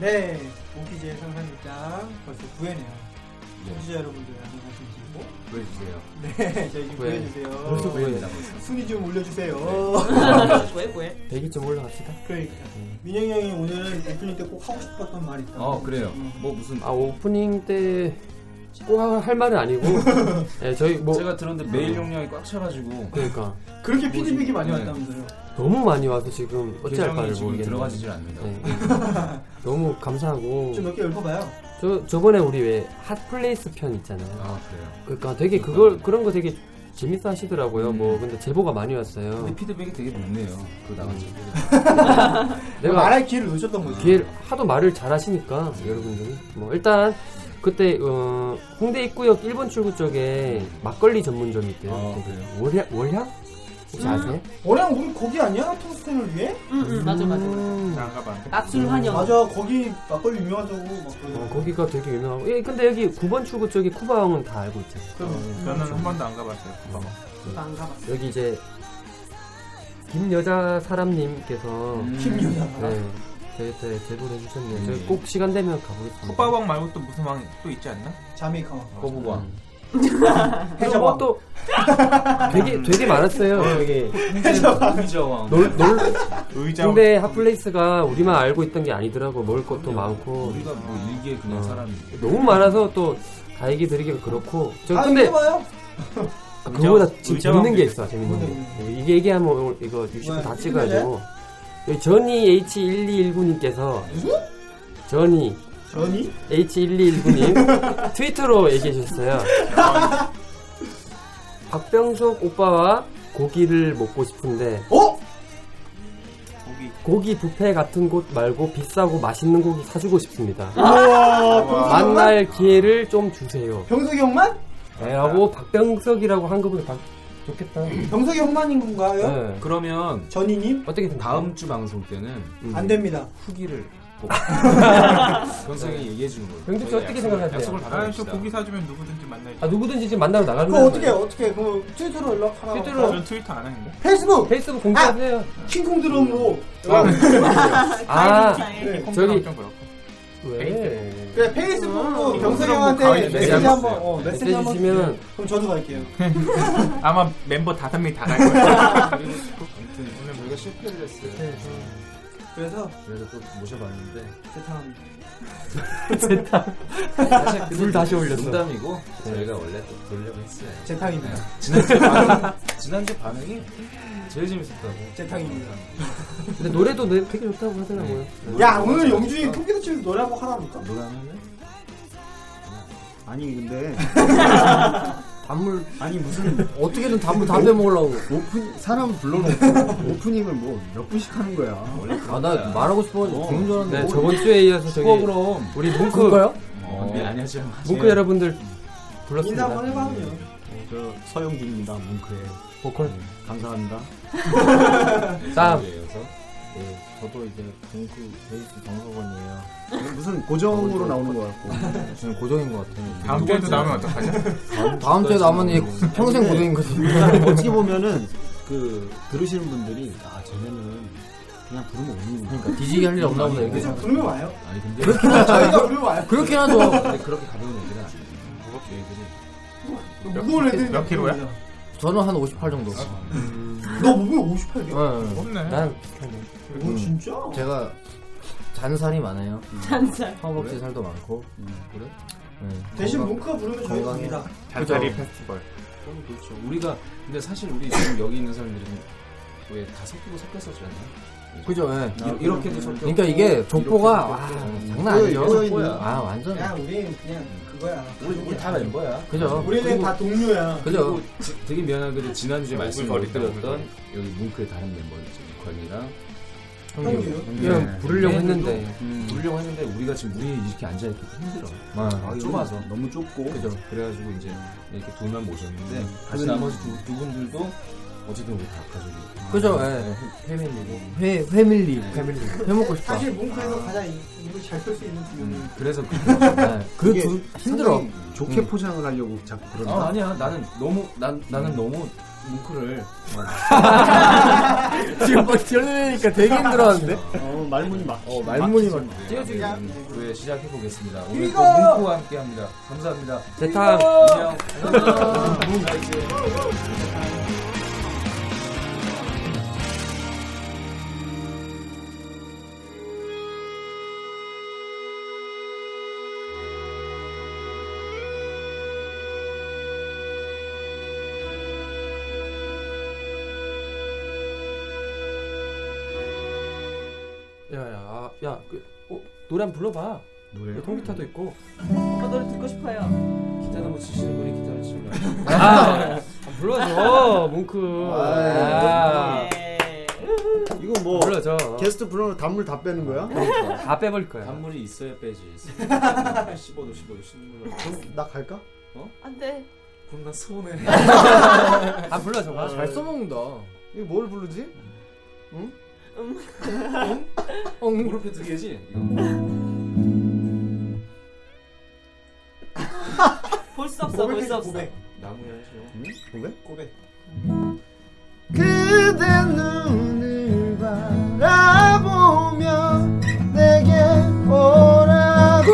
네, 몽키즈의 상상극장 벌써 9회네요. 청취자 여러분들 안녕하신지고 보여주세요. 네, 저희 좀 구해. 구해주세요. 벌써 보입니다. 벌써. 순위 좀 올려주세요. 대기 좀 올라갑시다. 그러니까. 민영이 형이 오늘은 오프닝 때 꼭 하고 싶었던 말이 있다. 어 그래요. 뭐 무슨 아 오프닝 때 꼭 할 말은 아니고 예, 저희 뭐 제가 들었는데 메일 용량이 꽉 차가지고 그러니까 그렇게 피드백이 많이 네. 왔다면서요. 너무 많이 와서 지금 어찌할 바를 계정이 그 지금 모르겠네요. 들어가지질 않는다. 예. 너무 감사하고 좀 몇 개 읊어봐요. 저 저번에 우리 왜 핫플레이스 편 있잖아요. 아 그래요. 그러니까 되게 그걸 그런 거 되게 재밌어 하시더라고요. 음. 뭐 근데 제보가 많이 왔어요. 근데 피드백이 되게 높네요. 그거 나갔죠. 음. 내가 말할 기회를 놓쳤던 거죠. 기회 하도 말을 잘 하시니까 여러분들이 뭐 일단 그때 어, 홍대 입구역 1번 출구 쪽에 막걸리 전문점이 있대요. 아, 거기. 그래요? 월향 월향 음, 혹시 아세요? 원래 우리 거기 아니야? 텅스텐을 위해? 응응 음, 맞아 맞아 네. 맞아. 음. 음, 낮술 환영 맞아, 거기 막걸리 유명하다고 막 그러더라고. 어, 거기가 되게 유명하고. 예, 근데 여기 9번 출구 쪽에 쿠바 형은 다 알고 있잖아요. 음. 저는 그렇죠. 한 번도 안 가봤어요. 그거. 안 가봤어 여기 이제 김여자 사람님께서 음. 김유나. 네, 저희한테 제보를 해주셨네요. 음. 저희 꼭 시간 되면 가보겠습니다. 쿠바왕 말고 또 무슨 왕 또 있지 않나? 자메이카. 거북왕. 그리고 해적왕. 어, 또 되게 되게 많았어요. 되게 네. 아, 의자왕. 놀, 놀, 의자. 근데 핫플레이스가 우리만 알고 있던 게 아니더라고. 먹을 것도 많고 우리가 뭐 일개 그냥 어. 사람이. 너무 많아서 또 다 얘기 드리기가 그렇고. 저 아, 근데 이겨봐요. 아, 그거보다 지금 의자 재밌는 게 왕비. 있어, 재밌는 뭔데, 게. 네, 이게 얘기하면 오늘 이거 60분 다 뭐야, 찍어야 이게 되고. 여기 전이 H1219님께서, 전이 전이? H1219님 트위터로 얘기해 주셨어요. 박병석 오빠와 고기를 먹고 싶은데, 어? 거기 고기 뷔페 같은 곳 말고 비싸고 맛있는 고기 사주고 싶습니다. 아, 우와, 아, 병석이 형만? 만날 기회를 좀 주세요. 네, 병석이 형만? 라고 박병석이라고 한 것보다 박- 좋겠다. 병석이 형만인 건가요? 네. 그러면 전이님? 어떻게든 다음 주 방송 때는 음. 안 됩니다. 후기를 꼭 경성이 얘기해 주는 거예요. 병석 씨 저희 어떻게 약속을- 생각하세요? 약속을 아, 저 받아봅시다. 고기 사주면 누구든지 만날. 아 누구든지 지금 만나러 나가는 그거 거예요. 어떻게, 어떻게, 그, 트위터로 연락하라고. 트위터로 할까요? 어, 저는 트위터 안 하는데. 페이스북! 페이스북 공개하세요. 킹콩드럼으로. 음. 아, 네. 저기- 좀 그렇고. 왜? 네, 그래, 아, 페이스북으로 병석이 형한테 가위 메시지 메시지 한 번, 한번 어, 메시지 메시지 한 번. 주시면 그럼 저도 갈게요. 아마 멤버 다섯 명이 다 갈 거예요. 아무튼 이번에 우리가 실패를 했어요. 그래서, 그래서 또 모셔봤는데 세탕합니다. 사실 그건 물 다시 올렸어. 농담이고 저희가 원래 또 돌려고 했어요. 재탕입니다. 지난주 반응, 지난주 반응이 제일 재밌었다고. 제 탕입니다. 음. 근데 노래도 노- 되게 좋다고 하더라고요. 야, 오늘 영준이 컴퓨터 치면서 노래 한번 하라니까? 노래 하는데? 아니 근데 단물 어? 아니 무슨 어떻게든 단물 다 빼먹으려고. 오픈 사람 불러놓고 오프닝을 뭐 몇 분씩 하는 거야. 원래 그런 아, 나 거야. 말하고 어? 싶어가지고 죽는 줄 알았는데. 네, 저번 주에 이어서 저기 어, 그럼. 우리 뭉크 어, 언니 안녕하세요. 뭉크 여러분들 인사 불렀습니다. 한번 해봐요. 음, 저 서영진입니다. 뭉크의 보컬. 감사합니다. 땀. 여기에서 예, 저도 이제 뭉크 베이스 정석원이에요. 무슨 어, 고정으로 나오는 거 같고 저는 고정인 것 같아요. 다음 주에도 나오면 어떡하냐? 다음 주에 나면 얘 네. 평생 고정인 거지. 뭐 어떻게 보면은 그 들으시는 분들이 아 쟤네는 그냥 부르면 오는 거니까 뒤지게 할 일 없나 보다. 이게. 그래서 부르면 네. 와요. 아니 근데 저희가 부르면 와요. 그렇긴 하죠. 근데 그렇게 가벼운 얘기는 아니에요. 무겁게 얘기들이 무거운 애들이. 몇 킬로야? 저는 한 58 정도. 너 몸에 58이야? 응. 없네. 난 오, 진짜? 제가 잔살이 많아요. 잔살 허벅지 살도 많고. 그래? 네. 대신 뭉크가 부르면 저희가 갑니다. 잔자리 페스티벌. 그럼 그렇죠. 우리가 근데 사실 우리 지금 여기 있는 사람들이 왜다 섞이고 섞였었잖아요. 그죠? 예. 이- 이렇게도 섞여. 그러니까 이게 족보가 와 장난 아니죠. 꼬여 있는. 아 완전 야, 우리는 그냥 그거야. 우리 우리 다 멤버야. 그죠? 우리는 다 동료야. 그죠? 지- 되게 미안한 게 지난주에 말씀을 못 오글거리다, 드렸던 오글거리다. 여기 뭉크의 다른 멤버 있죠. 권이랑 형님 형님. 이름 부르려고 네. 했는데 부르려고 했는데 우리가 지금 우리 이렇게 앉아 있기 힘들어. 아, 좁아서. 너무 좁고 그죠? 그래가지고 이제 이렇게 둘만 모셨는데 음. 그 다시 나머지 두, 두 분들도 어쨌든 우리 다 가족이. 그죠? 예. 패밀리고. 회 회밀리 회밀리 회 먹고 싶다. 사실 뭉크에서 가장 이- 입을 잘펼 수 있는 분이 음, 그래서 그- 그 이게 두 힘들어. 상당히 좋게 음. 포장을 하려고 자꾸 어. 아, 그런다. 아니야 나는 너무 난 음. 나는 너무 뭉크를 지금 막 뛰어내니까 되게 힘들어하는데. 어, 말문이 막. 어, 말문이 막 띄워주기. 띄워주기야. 네, 시작해 보겠습니다. 오늘 또 이거! 뭉크와 함께합니다. 감사합니다. 대탕. 안녕. 야야 야 그, 어, 노래 한번 불러봐. 노래. 여기 통기타도 있고. 오빠 노래 듣고 싶어요. 기타는 뭐 치시는 분이 기타를 치는 거야. 아 불러줘 뭉크. 아, 네. 이거 뭐 불러줘. 게스트 불러놓고 단물 다 빼는 거야? 다 빼볼 거야. 단물이 있어야 빼지. 15도 15도 씹는 거. 그럼 나 갈까? 안 돼. 그럼 나 서운해. 아. 다 불러줘. 아, 잘 써먹는다. 이거 뭘 부르지? 엉. 무릎에 두 개지? 볼 수 없어, 볼 수 없어. 나무야 지 뭐. 응? 고백? 고백. 그대 눈을 바라보며 내게 오라고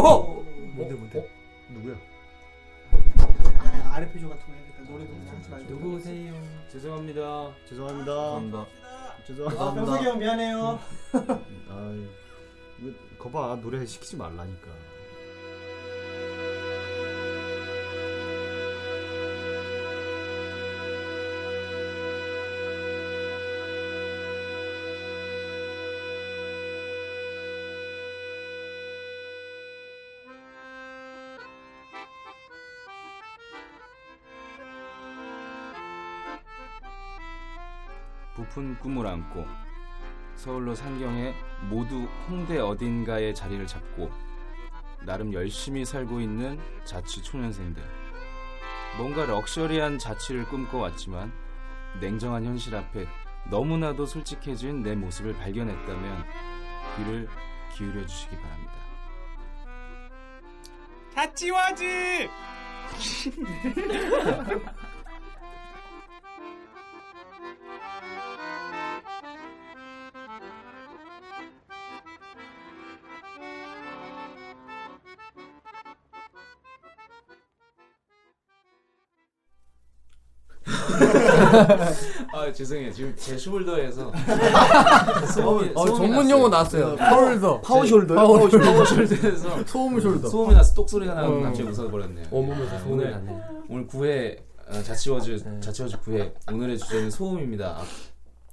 어? 뭔데 뭔데? 누구야? 아, 아랫배조 같은 거 해야겠다. 노래도 훔치지 말고. 누구세요? 죄송합니다. 죄송합니다 감사합니다. 아, 죄송합니다 병석이 형 미안해요. 음. 아이, 이거 거봐 노래 시키지 말라니까 아, 부푼 꿈을 안고 서울로 상경해 모두 홍대 어딘가에 자리를 잡고 나름 열심히 살고 있는 자취 초년생들. 뭔가 럭셔리한 자취를 꿈꿔왔지만 냉정한 현실 앞에 너무나도 솔직해진 내 모습을 발견했다면 귀를 기울여 주시기 바랍니다. 자취와지! 아 죄송해요. 지금 제 숄더에서 소음이 어 소음이 전문 났어요. 용어 나왔어요. 파울더. 네. 파워숄더요? 아, 파울더. 숄더에서 소음 숄더. 소음이 나서 똑소리가 나고 음. 갑자기 웃어버렸네요. 온몸에서 소음이 오늘- 나네. 오늘 9회 어, 자치워즈 네. 자치워즈 9회 오늘의 주제는 소음입니다. 아,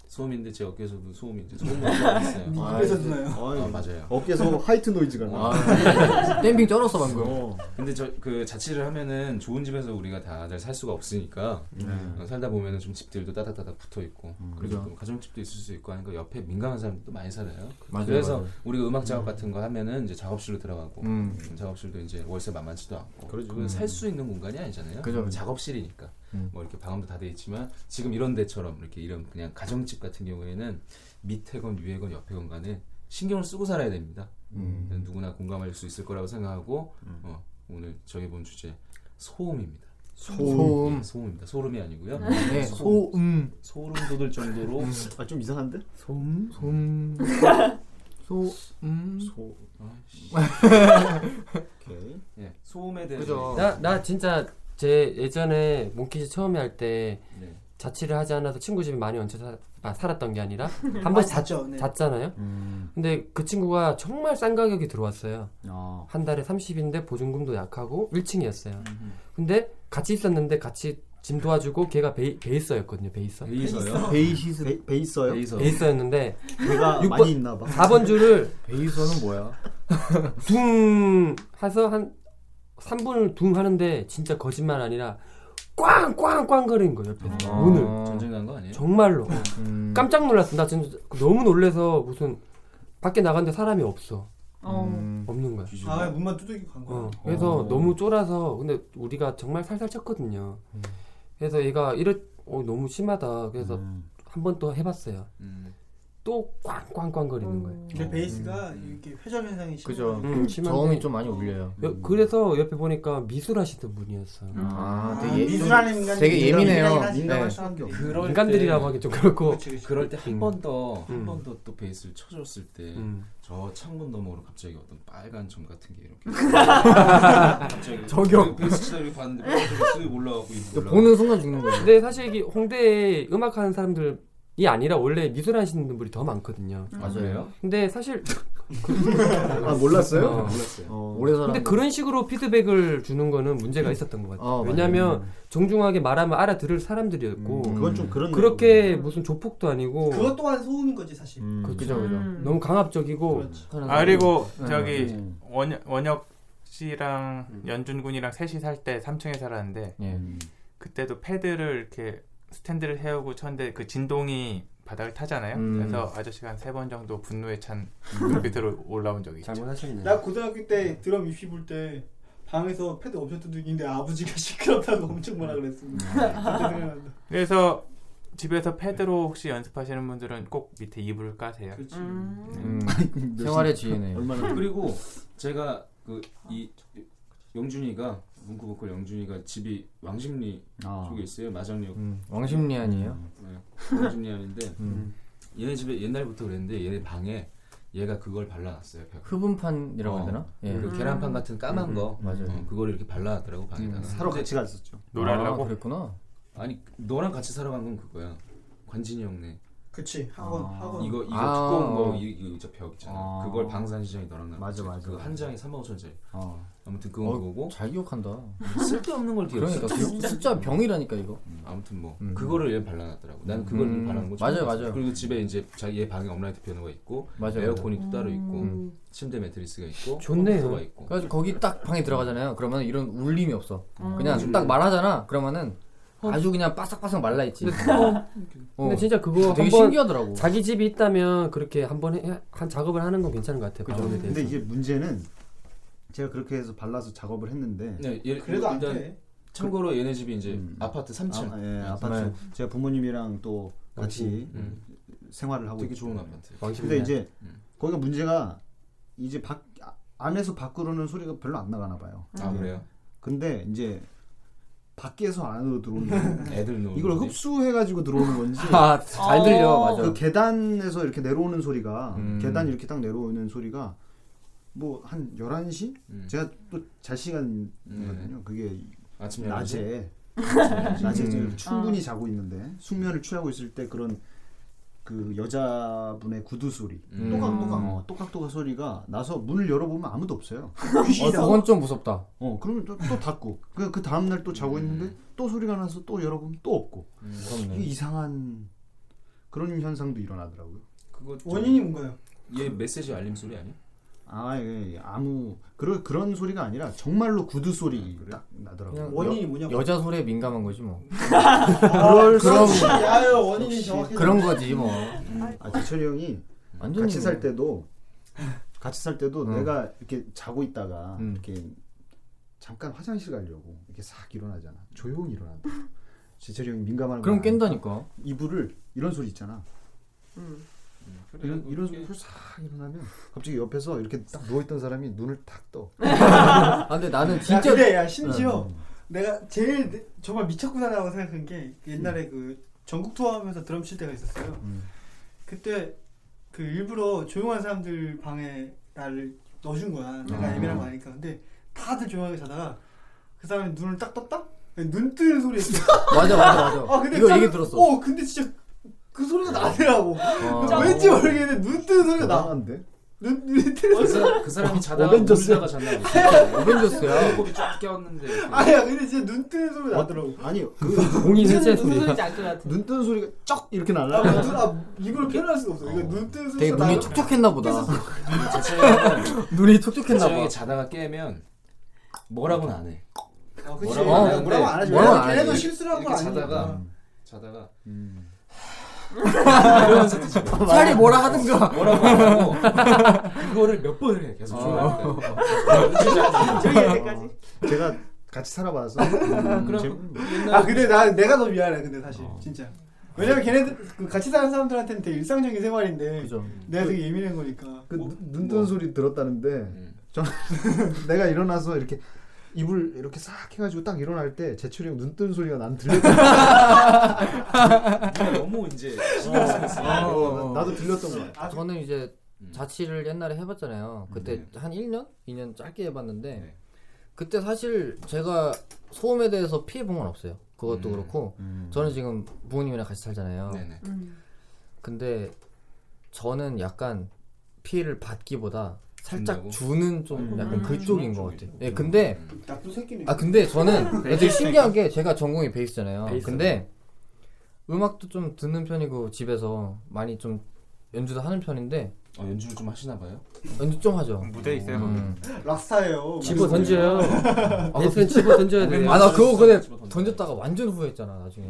소음인데 제 어깨에서도 소음이 이제 소음만 나왔어요. 입에서 누나요? 아, 아이, 맞아요. 어깨에서 화이트 노이즈가 나 아, 댐핑 쩔었어 방금. 어. 근데 저 그 자취를 하면은 좋은 집에서 우리가 다들 살 수가 없으니까 네. 어, 살다 보면은 좀 집들도 따닥따닥 붙어 있고 음. 그리고 그죠. 또 가정집도 있을 수 있고 하니까 옆에 민감한 사람도 많이 살아요. 맞아요, 그래서 맞아요. 우리가 음악 작업 같은 거 하면은 이제 작업실로 들어가고 음. 음, 작업실도 이제 월세 만만치도 않고 그러죠. 그건 살 수 있는 공간이 아니잖아요. 그죠. 작업실이니까 음. 뭐 이렇게 방음도 다 돼 있지만 지금 이런 데처럼 이렇게 이런 그냥 가정집 같은 경우에는 밑에 건 위에 건 옆에 건 간에 신경을 쓰고 살아야 됩니다. 음. 누구나 공감할 수 있을 거라고 생각하고 어, 오늘 정해본 주제 소음입니다. 소음. 예, 소음입니다. 소름이 아니고요. 네. 소음. 음. 소름 돋을 정도로 아, 좀 이상한데? 소음. 소음. 소음. 소 오케이 예, 소음에 대해서 나 나 진짜 제 예전에 몽키즈 처음에 할 때 네. 자취를 하지 않아서 친구 집에 많이 얹혀 사, 아, 살았던 게 아니라 한 번씩 아, 잤죠, 잤, 네. 잤잖아요. 근데 그 친구가 정말 싼 가격에 들어왔어요. 어. 한 달에 30인데 보증금도 약하고 1층이었어요. 근데 같이 있었는데 같이 짐 도와주고 걔가 베이, 베이서였거든요. 베이서. 베이서요? 베이시스- 베- 베이서요? 베이서. 였는데 걔가 많이 있나 봐. 4번 줄을 베이서는 뭐야? 둥 해서 한 3분을 둥 하는데 진짜 거짓말 아니라 꽝꽝꽝 거리는 거예요 옆에서 아. 문을 전쟁 난거 아니에요? 정말로 음. 깜짝 놀랐어 나 진짜 너무 놀래서 무슨 밖에 나갔는데 사람이 없어 어. 없는 거야 아, 문만 두들기고 간 거야. 어, 그래서 너무 쫄아서 근데 우리가 정말 살살 쳤거든요. 음. 그래서 얘가 이럴 어, 너무 심하다. 그래서 음. 음. 한 번 또 해봤어요. 음. 또 꽝꽝꽝거리는 거예요. 어. 그 베이스가 이렇게 회전 현상이 심해요. 그죠. 음, 심한데- 저음이 좀 많이 울려요. 여- 그래서 옆에 보니까 미술하시던 분이었어요. 음. 아, 되게 예- 미술하는 인간들이 되게 예민해요. 민감하긴 민감할 네. 수밖에 없어요. 그럴 인간들이라고 때- 하기 좀 그렇고. 그렇죠, 그렇죠. 그럴 때 한 음. 번 더 한 음. 번 더 또 베이스를 쳐줬을 때 저 음. 창문 너머로 갑자기 어떤 빨간 점 같은 게 이렇게 저격. 베이스 치다 이렇게 봤는데 베이스가 쓱 올라가고 있고 그 보는 순간 죽는 거예요. 근데 사실 이게 홍대에 음악하는 사람들이 아니라 원래 미술 하시는 분들이 더 많거든요. 아, 그래요? 근데 사실 아, 몰랐어요? 어. 몰랐어요. 어, 오래 근데 살았는데. 그런 식으로 피드백을 주는 거는 문제가 있었던 것 같아요. 어, 맞아요. 왜냐하면 정중하게 말하면 알아들을 사람들이었고 음, 그건 좀 그런 그렇게 무슨 조폭도 아니고 그것 또한 소음인 거지 사실. 그렇죠. 그렇죠. 그죠, 그죠. 음. 너무 강압적이고 그렇죠. 아 그리고 저기 원혁, 원혁 씨랑 연준 군이랑 셋이 살 때 3층에 살았는데 예. 그때도 패드를 이렇게 스탠드를 세우고 쳤는데 그 진동이 바닥을 타잖아요. 음. 그래서 아저씨가 한 세 번 정도 분노에 찬 눈빛으로 올라온 적이 있죠. 나 고등학교 때 드럼 입시 볼 때 방에서 패드 엄청 두들기는데 아버지가 시끄럽다고 엄청 뭐라 그랬습니다. 아, 네. 갑자기 생각난다. 그래서 집에서 패드로 혹시 연습하시는 분들은 꼭 밑에 이불을 까세요. 그렇지. 생활의 지혜네요. 그리고 제가 그 이 영준이가 문구복걸 영준이가 집이 왕십리 아. 쪽에 있어요 마장역. 왕십리 아니에요? 아. 음. 음, 네. 왕십리 아닌데 얘네 집에 옛날부터 그랬는데 얘네 방에 얘가 그걸 발라놨어요. 벽에. 흡음판이라고 해야 되나? 어, 예. 그 계란판 같은 까만 음, 거 음, 맞아요. 어, 그걸 이렇게 발라놨더라고 방에다가. 음, 사러 근데- 같이 갔었죠. 노래하려고? 아, 그랬구나. 아니 너랑 같이 살아간건 그거야. 관진이 형네. 그치 어. 학원 학원 이거 이거 아. 두꺼운 거 이- 이거 저벽 있잖아. 아. 그걸 방산시장에 너랑 나. 맞아, 맞아. 그한 장에 3만 5천 짜리. 어. 아무튼 그건 어, 그거고. 잘 기억한다. 쓸데없는 걸 기억해. 그러니까 기- 진짜 병이라니까 이거. 아무튼 뭐 음. 그거를 얘 발라놨더라고. 난 그걸 음. 발라놓은 거 맞아요, 처음 봤어. 맞아요. 그리고 집에 이제 자기 얘 방에 업라이트 피아노가 있고 맞아요, 에어컨이 맞아요. 또 따로 있고 음. 침대 매트리스가 있고 컴퓨터가 좋네요. 있고. 그래서 거기 딱 방에 들어가잖아요. 그러면 이런 울림이 없어. 음. 그냥 음. 딱 말하잖아. 그러면은 아주 그냥 바삭바삭 말라 있지. 근데 진짜 그거 어. 되게 한번 신기하더라고. 자기 집이 있다면 그렇게 한번 해- 한 작업을 하는 건 괜찮은 것 같아요. 방음에 대해서. 근데 이게 문제는 제가 그렇게 해서 발라서 작업을 했는데 네, 얘- 그래도 안 일단 돼. 참고로 얘네 집이 이제 음. 아파트 그렇죠. 3층. 아, 예, 네, 아파트. 네. 제가 부모님이랑 또 같이 음. 생활을 하고 되게 있죠. 좋은 아파트. 근데 왕십리네. 이제 음. 거기가 문제가 이제 밖 아- 안에서 밖으로는 소리가 별로 안 나가나 봐요. 음. 아, 예. 그래요? 근데 이제 밖에서 안으로 들어오는 애들 노는 이걸 소리. 흡수해가지고 들어오는 건지 음. 아, 잘 들려, 어. 맞아. 그 계단에서 이렇게 내려오는 소리가 음. 계단 이렇게 딱 내려오는 소리가 뭐 한 11시? 음. 제가 또 잘 음. 시간이거든요. 그게 아침 11시? 낮에 아침 11시? 낮에 음. 지금 충분히 어. 자고 있는데 숙면을 취하고 있을 때 그런 그 여자분의 구두 소리 음. 또각또각 어, 또각또각 소리가 나서 문을 열어보면 아무도 없어요. 어, 그건 좀 무섭다. 어, 그러면 또, 또 닫고 그, 그 다음 날 또 자고 있는데 또 소리가 나서 또 열어보면 또 없고 무섭네. 음. 이게 이상한 그런 현상도 일어나더라고요. 그거 원인이 뭔가요? 얘 메시지 알림 소리 아니야? 음. 아, 예, 예. 아무 그런 그런 소리가 아니라 정말로 구두 소리 딱 나더라고요. 아, 원인이 뭐냐고. 여자 소리에 민감한 거지 뭐. 그럴 그럼- 수- 야, 야, 원인이 역시 정확해. 음. 그런 거지 뭐. 아, 지철이 형이 완전히 같이 살 뭐. 때도 같이 살 때도 어. 응. 내가 이렇게 자고 있다가 음. 이렇게 잠깐 화장실 가려고 이렇게 싹 일어나잖아. 조용히 일어난다. 지철이 형이 민감한 그럼 깬다니까. 이불을 이런 소리 있잖아. 음. 이런 이런 소리 싹 일어나면 갑자기 옆에서 이렇게 딱 누워 있던 사람이 눈을 탁 떠. 아, 근데 나는 야, 진짜 근데 야 음, 심지어 내가 제일 내- 정말 미쳤구나라고 생각한 게 옛날에 음. 그 전국 투어하면서 드럼 칠 때가 있었어요. 그때 그 일부러 조용한 사람들 방에 나를 넣어준 거야. 내가 아. 예민한 거 아니까. 근데 다들 조용하게 자다가 그 사람이 눈을 딱 떴다. 눈 뜨는 소리 있어. 맞아, 맞아, 맞아. 아 근데 이거 딱- 얘기 들었어. 어 근데 진짜 그 소리가 나더라고. 어. 아. 왠지 모르겠는데 눈 뜨는 소리가 나. 대단한데? 눈, 눈 뜨는 소리가 그 사람- 나. 그 사람이 자다가 어벤져스. 울다가 잤나 보다. 어벤져스야. 아, 목이 쫙 꼈는데. 아니야 근데 진짜 눈 뜨는 소리 가 나더라고. 아니 그 공인 해제 소리야. 눈 뜨는 소리가 쩍 이렇게 아, 날라. 근데 눈, 아 이걸 표현할 수가 없어. 이거 눈 뜨는 소리가 되게 눈이 나요. 촉촉했나 보다. 제 차영은 눈이 제 촉촉했나 차영이 봐. 자다가 깨면 뭐라고는 안 해. 아, 그치. 뭐라고 어, 안 하는데 뭐라고 안 하지. 뭐라고 왜냐면 안 걔네도 해. 실수라고 이렇게 안 자다가 하니까. 음. 자다가 음. 이러면서 뒤집어. 차라리 뭐라 하든가. 뭐라고 안 하고 그거를 몇 번을 해 아. 계속 저기 할 때까지. 음. 제가 같이 살아봐서. 음, 그럼 아 근데 나 내가 더 미안해 근데 사실 어. 진짜. 왜냐면 걔네들 그 같이 사는 사람들한테는 되게 일상적인 생활인데 그죠. 내가 되게 예민한 거니까. 뭐, 그눈 뜨는 소리 들었다는데 음. 저는 내가 일어나서 이렇게 입을 이렇게 싹 해가지고 딱 일어날 때 제출이 형눈 뜨는 소리가 난 어. 들렸던 너무 이제 아. 신경 쓰고 있어. 거야. 나도 들렸던 거야. 아, 그 저는 이제 자취를 옛날에 해봤잖아요. 그때 한 1년? 2년 짧게 해봤는데 그때 사실 제가 소음에 대해서 피해본 건 없어요. 그것도 그렇고 저는 지금 부모님이랑 같이 살잖아요. 네네. 근데 저는 약간 피해를 받기보다 살짝 준다고? 주는 좀 약간 그쪽인 것 같아요. 예, 음. 근데 나쁜 새끼네. 아 근데 저는 되게 베이스니까. 신기한 게 제가 전공이 베이스잖아요. 베이스. 근데 음악도 좀 듣는 편이고 집에서 많이 좀 연주도 하는 편인데 어, 연주를 좀 하시나 봐요. 연주 좀 하죠. 무대에 있어요. 음. 락스타예요. 집어 던져요. 아, 베이스는 네. 집어 던져야 돼요. 아나 그거 근데 집어 던져요. 던졌다가 완전 후회했잖아 나중에.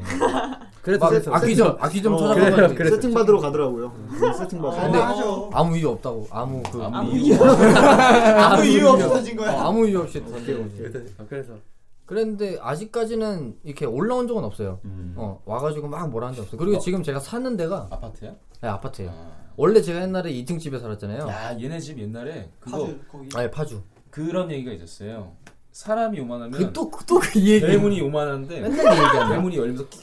그래서 막 그래서 악기 좀 악기 좀 어, 찾아가는 그래요, 데 그래요. 세팅 받으러 가더라고요. 네, 세팅 아, 받으러. 근데 하죠. 아무 이유 없다고 아무 그 아무 이유 이유 아무 이유 없이 터진 거야. 어, 아무 이유 없이 던진 거지. 그래서- 아, 어, 그래서 그랬는데 아직까지는 이렇게 올라온 적은 없어요. 어, 와가지고 막 뭐라 한 적 없어요. 그리고 어. 지금 제가 사는 데가 음. 아파트야? 네, 아파트예요. 아. 원래 제가 옛날에 2층 집에 살았잖아요. 야 얘네 집 옛날에 그거 파주 거기. 아예 파주. 그런 얘기가 있었어요. 사람이 요만하면 그또또그 얘기. 네, 대문이 요만한데 맨날 그 얘기하네. 대문이 열면서 끼-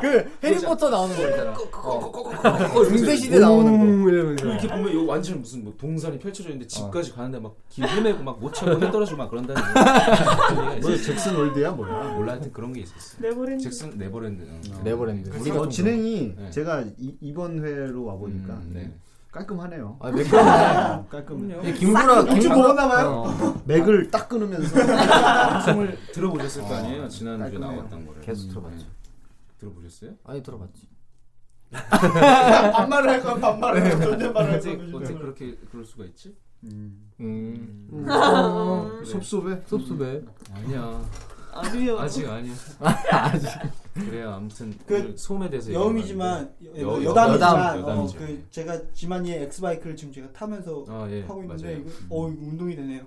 그 해리포터 나오는 거 있잖아. 어, 중세 시대 나오는 거. 이렇게 보면 요 완전 무슨 뭐 동산이 펼쳐져 있는데 어. 집까지 가는데 막길 헤매고 막못 찾고 해 떨어지고 막 그런다는 얘기가 뭐 있었어요. 잭슨 월드야 뭐야? 몰라 하여튼 그런 게 있었어. 내버린. 잭슨 그 네버랜드. 응. 네버랜드. 우리 뭐 좀 진행이 네. 제가 이, 이번 회로 와 보니까 음, 네. 깔끔하네요. 그런- 아 매끄럽네. 깔끔. 이 김구라 맥주 김구라- 먹었나봐요. 어, 맥을 딱 끊으면서 방송을 들어보셨을 거 아니에요? 지난주에 깔끔해요. 나왔던 거를. 계속 음, 들어봤죠. 네. 들어보셨어요? 아니 들어봤지. 반말을 할 거면 반말을 할 거면 존댓말을 할 어떻게 거면 어떻게 존댓말. 그렇게 그럴 수가 있지? 음. 아. 섭섭해. 섭섭해. 아니야. 아니요. 아직 아니야. 아직. 그래요. 아무튼 그 오늘 소음에 대해서 여음이지만 여- 여, 여- 담이지만 어, 그 여담, 여담이죠. 네. 제가 지만이의 엑스바이크를 지금 제가 타면서 아, 예, 하고 있는데 맞아요. 이거, 어 이거 운동이 되네요.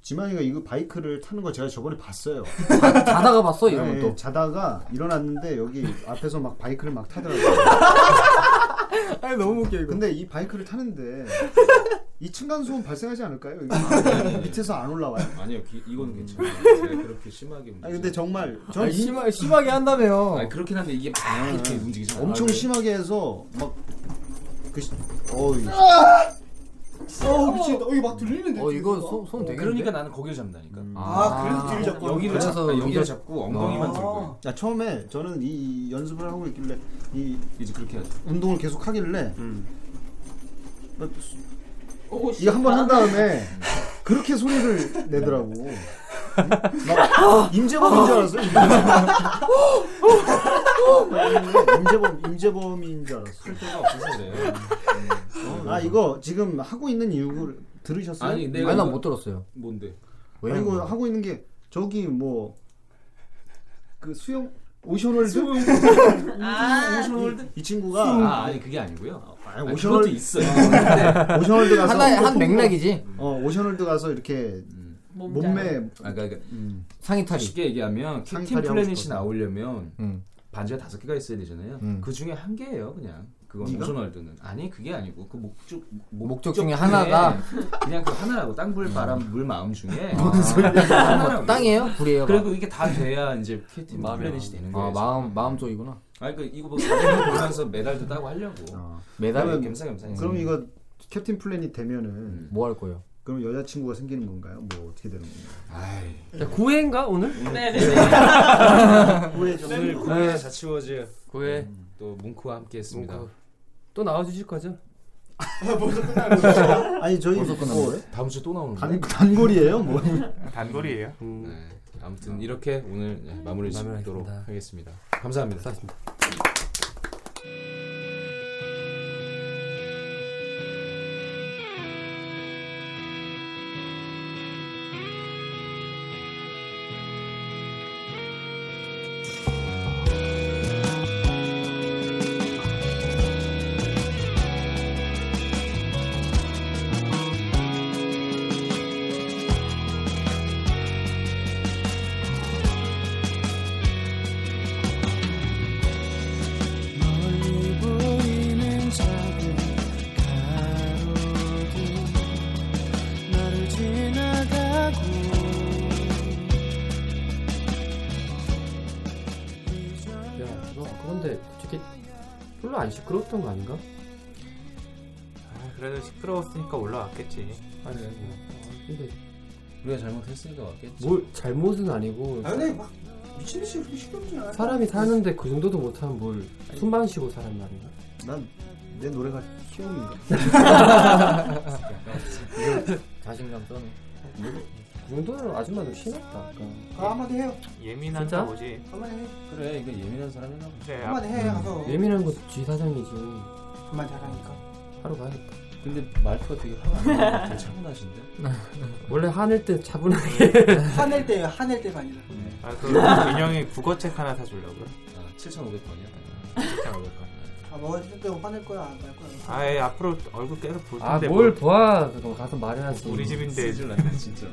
지만이가 이거 바이크를 타는 거 제가 저번에 봤어요. 자다가 봤어 이런 네, 것도. 자다가 일어났는데 여기 앞에서 막 바이크를 막 타더라고요. 아니 너무 웃겨 이거. 근데 이 바이크를 타는데 이 층간 소음 발생하지 않을까요? 이거 아, 네. 아, 네. 밑에서 안 올라와요. 아니요. 기, 이건 괜찮아요. 제가 그렇게 심하게 움직이지. 아니 네. 근데 정말 전 아니, 심하, 심하게 한다며. 아니, 그렇긴 한데 이게 막 이렇게 움직이지 않아요. 네. 엄청 아, 그래요? 심하게 해서 막그 어이 아! 어 미친. 어 이거 막 들리는데. 어 이거 뒤에서. 손, 손 되게. 그러니까 나는 거기를 잡는다니까. 음. 아, 그래서 뒤를 잡고 하는 여기를 네. 거야? 그래서 잡고 여기를 여기를 잡고 엉덩이만 아. 들고 야, 처음에 저는 이, 이 연습을 하고 있길래 이 이제 그렇게 해야 돼. 운동을 계속 하길래 음. 나 수- 이거 한 번 한 다음에 그렇게 소리를 내더라고. 응? 막 임재범인 줄 알았어. 임재범. 임재범 임재범인 줄 알았어. 쓸 데가 없어서 그래요. 아 이거 지금 하고 있는 이유를 들으셨어요? 아니 네. 내가 아니 이거- 난못 들었어요. 뭔데? 왜? 아, 안 이거 들어? 하고 있는 게 저기 뭐 그 수영 오션월드 아, 오션월드 이 친구가 아 아니 그게 아니고요. 아, 아니, 오션월드 그것도 있어요. 오션월드 가서 하나의 한 보통 맥락이지. 어 오션월드 가서 이렇게 몸매 아 그러니까 음, 상의 탈이. 쉽게 얘기하면 상의 캡틴 탈의하고 플래닛이 싶어서. 나오려면 음. 반지가 다섯 개가 있어야 되잖아요. 음. 그 중에 한 개예요, 그냥. 그건 네가? 오션월드는 아니 그게 아니고 그 목적 뭐 목적 중에 하나다? 그냥 그 하나라고 땅불 바람 물 마음 뭐 중에 아, 그 무슨 소리야? 하나라고. 뭐 땅이에요? 불이에요? 그리고 이게 다 돼야 이제 캡틴 마음이- 플래닛이 되는 거예요. 아 마음 마음 쪽이구나. 아니 그 이거 뭐 사진을 보면서 메달도 따고 하려고. 어. 매달 겸사겸사. 그럼 이거 캡틴 플래닛 되면은 뭐 할 거예요? 그럼 여자친구가 생기는 건가요? 뭐 어떻게 되는 건가요? 야, 9회인가 오늘? 오늘 네. 구회 자치워즈 구회 또 뭉크와 함께했습니다. 또 나와주실 거죠? 아니 저희 벌써 끝난 뭐 거예요? 다음 주에 또 나오는 단, 단골이에요? 뭐 단골이에요. 네, 아무튼 이렇게 오늘 네, 마무리를 짓도록 하겠습니다. 감사합니다. 멀리 보이는 작은 가로등 나를 지나가고 야, 너 어, 그런데 솔직히 별로 안 시끄러웠던 거 아닌가? 아, 그래도 시끄러웠으니까 올라왔겠지. 아니, 아니. 근데 우리가 잘못했으니까 왔겠지. 뭘 잘못은 아니고 아니 막 미친 듯이 그렇게 시끄럽진 않아. 사람이 사는데 그 정도도 못하면 뭘 숨만 쉬고 사는 말인가? 난 내 노래가 희용인가? 자신감 떠네. 그 정도는 아줌마도 심했다. 그러니까 뭐 아, 한마디 해요. 예민한 진짜? 거지. 한마디 해. 그래 이거 예민한 사람이나 보지. 그래, 한마디 해 음. 가서. 예민한 것도 쥐 사장이지. 한마디 하라니까. 하러 가야겠다. 근데 말투가 되게 화가 나. 되게 차분하신데. 원래 화낼 때 음, 차분하게. 화낼 때예요. 화낼 때가 아니라. 네. 아, 그 인형이 국어책 하나 사주려고요. 아, 7,500원이야. 7,500원. 아, 뭐 어쨌든 화낼 거야, 안 할 거야. 아예 앞으로 얼굴 계속 볼 텐데. 아 뭘 봐? 그럼 가서 말해야지. 뭐 우리 집인데. 진짜로.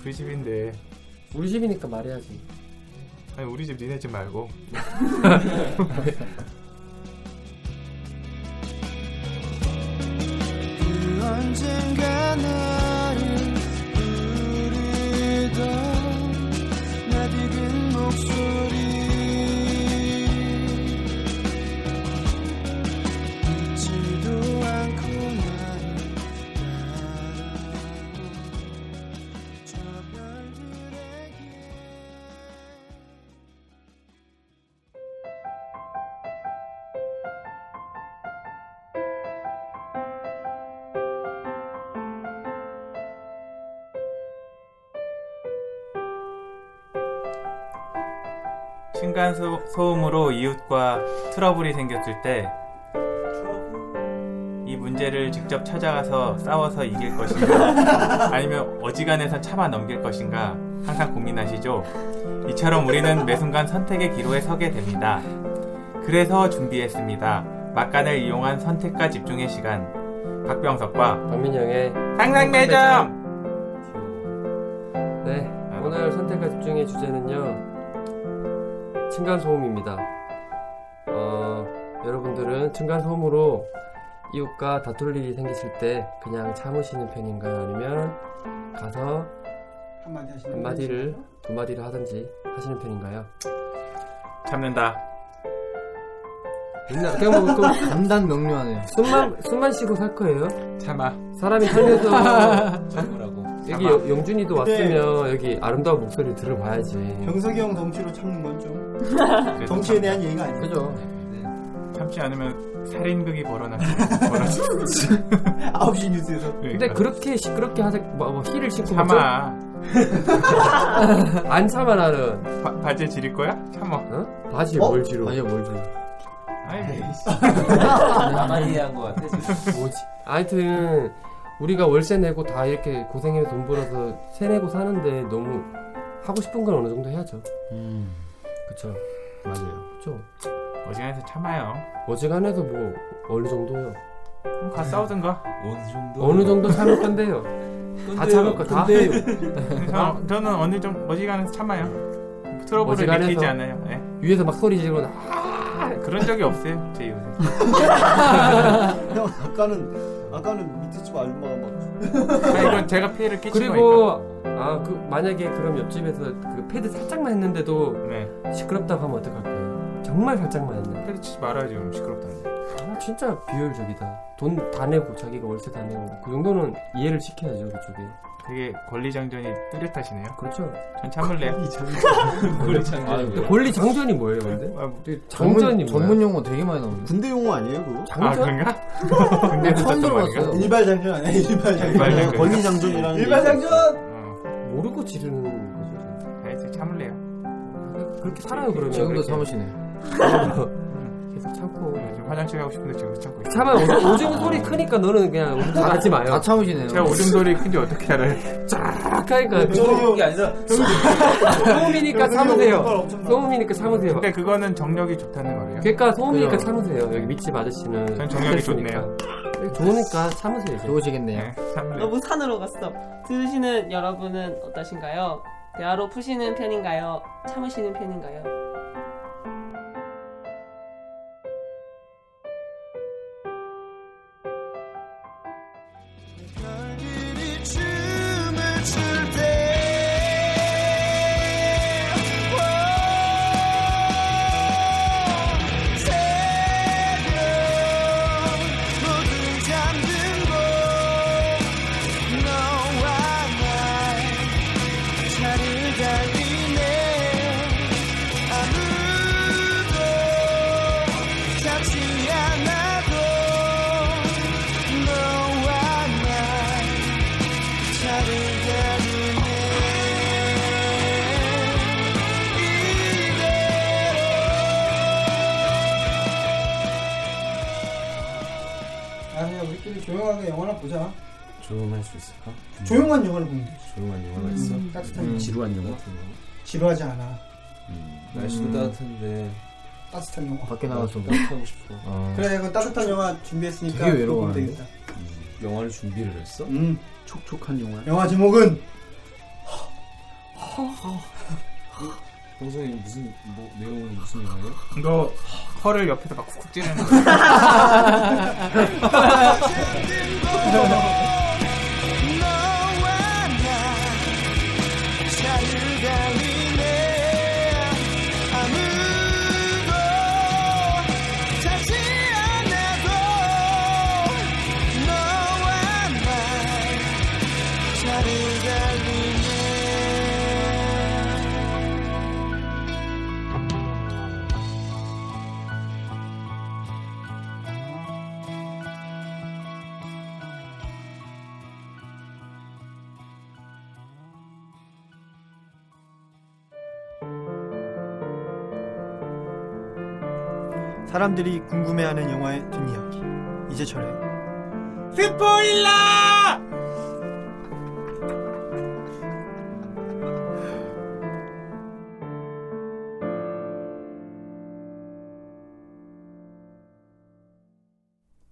우리 집인데. 우리 집이니까 말해야지. 아니 우리 집 니네 집 말고. 그 언젠가 나를 부르던 나디근 목소리 잊지도 않고 나를 바라본 저 별들에게 층간 소, 소음으로 이웃과 트러블이 생겼을 때 이 문제를 직접 찾아가서 싸워서 이길 것인가 아니면 어지간해서 참아 넘길 것인가 항상 고민하시죠. 이처럼 우리는 매순간 선택의 기로에 서게 됩니다. 그래서 준비했습니다. 막간을 이용한 선택과 집중의 시간. 박병석과 박민영의 상상 매점. 네, 오늘 선택과 집중의 주제는요. 층간 소음입니다. 어, 여러분들은 층간 소음으로 이웃과 다툴 일이 생기실 때 그냥 참으시는 편인가요? 아니면 가서 한마디 하시는 한마디를 두 마디를 하든지 하시는 편인가요? 참는다. 맨날 그냥 뭐 간단 명료하네요. 숨만 숨만 쉬고 살 거예요? 참아. 사람이 살면서 참으라고. 여기 참아. 여- 영준이도 근데- 왔으면 여기 아름다운 목소리를 들어봐야지. 병석이 형 덩치로 참는 건 그래도 좀. 덩치에 참다. 대한 예의가 아니야. 그죠. 참지 않으면 살인극이 벌어나. 벌어지지. 네, 9시 뉴스에서. 근데 그렇게 시끄럽게 하세 뭐, 뭐 힐을 신고 막 참아. 좀- 안 참아 나는 바, 바지 지릴 거야? 참아. 어? 바지 어? 뭘 지로? 바지에 뭘 지로? 아이 씨. 나만 이해한 것 같아 지금. 뭐지? 하여튼 우리가 월세 내고 다 이렇게 고생해서 돈 벌어서 세 내고 사는데 너무 하고 싶은 건 어느 정도 해야죠. 음. 그쵸. 맞아요. 그쵸. 어지간해서 뭐 참아요. 어지간해도 뭐 어느 정도요? 가 싸우든가. 어느 정도? 어느 정도 참을 건데요? 다 참을 거 다. 다 저는, 저는 어느 좀 어지간해서 참아요. 트러블을 어지간해서 일으키지 않아요. 예. 위에서 막 소리 지르고 나. 그런 적이 없어요. 제 이후에. 형 아까는 아까는 밑에 집 아줌마가 막 아, 이건 제가 피해를 끼친 거니까. 그리고 아 그 만약에 그럼 옆집에서 그 패드 살짝만 했는데도 네. 시끄럽다고 하면 어떡할 거예요? 정말 살짝만 했는데 패드 치지 말아야지. 그럼 시끄럽다는데. 아, 진짜 비효율적이다. 돈 다 내고 자기가 월세 다 내고 그 정도는 이해를 시켜야죠 그쪽에. 되게 권리장전이 뚜렷하시네요. 그렇죠. 전 참을래요. 권리장전. 권리장전이 뭐예요, 근데? 아, 장전이 전문, 전문 뭐야? 용어 되게 많이 나오는데. 군대 용어 아니에요, 그거? 장전? 근데 처음 들어봤어요. 일발장전 아니에요? 일발장전. 일발장전. 권리장전이라는 게 일발장전! 모르고 지르는 거죠. 네, 어, 참을래요. 그렇게 살아요 그러면. 지금도 그렇게. 참으시네요. 계속 참고. 좀 화장실 가고 싶은데 네, 지금 참고 있어요. 참아 오- 오줌 소리 크니까 너는 그냥 오줌 소리 다- 하지 마요. 다 참으시네요. 제가 오줌 소리 큰지 어떻게 알아요? 쫙 하니까 소음이 아니라 소음이니까 참으세요. 소음이니까 참으세요. 근데 그거는 정력이 좋다는 거예요. 그러니까 소음이니까 그래요. 참으세요. 여기 밑집 아저씨는 전 정력이 힘드시니까. 좋네요. 좋으니까 참으세요. 이제. 좋으시겠네요. 너무 산으로 갔어. 들으시는 여러분은 어떠신가요? 대화로 푸시는 편인가요? 참으시는 편인가요? 별들이 춤을 출때 새벽 모두 잠든 곳 너와 나 차를 달리네 아무도 잡지 않아도 너와 나 차를 달리네 이대로 아 그냥 우리끼리 조용하게 영화나 보자. 조용할 수 있을까? 음. 조용한 영화를 보면 돼. 조용한 영화가 음, 있어? 따뜻한 영화. 지루한 영화? 지루하지 않아. 음, 날씨도 음. 따뜻한데 따뜻한 영화. 밖에 나가서 뭐 하고 싶어. 아. 그래, 이거 따뜻한 영화 준비했으니까 되게 그거 보면 외로워하는데? 되겠다. 영화를 준비를 했어? 음. 촉촉한 영화. 영화 제목은 방송이 무슨 뭐 내용은 무슨 영화예요? 너 혀를 옆에서 막 쿡쿡 찌르는 거. 너와 나 차를 달리네 아무도 찾지 않아도 너와 나 차를 달리네 사람들이 궁금해하는 영화의 뒷이야기. 이제철의 스포일러!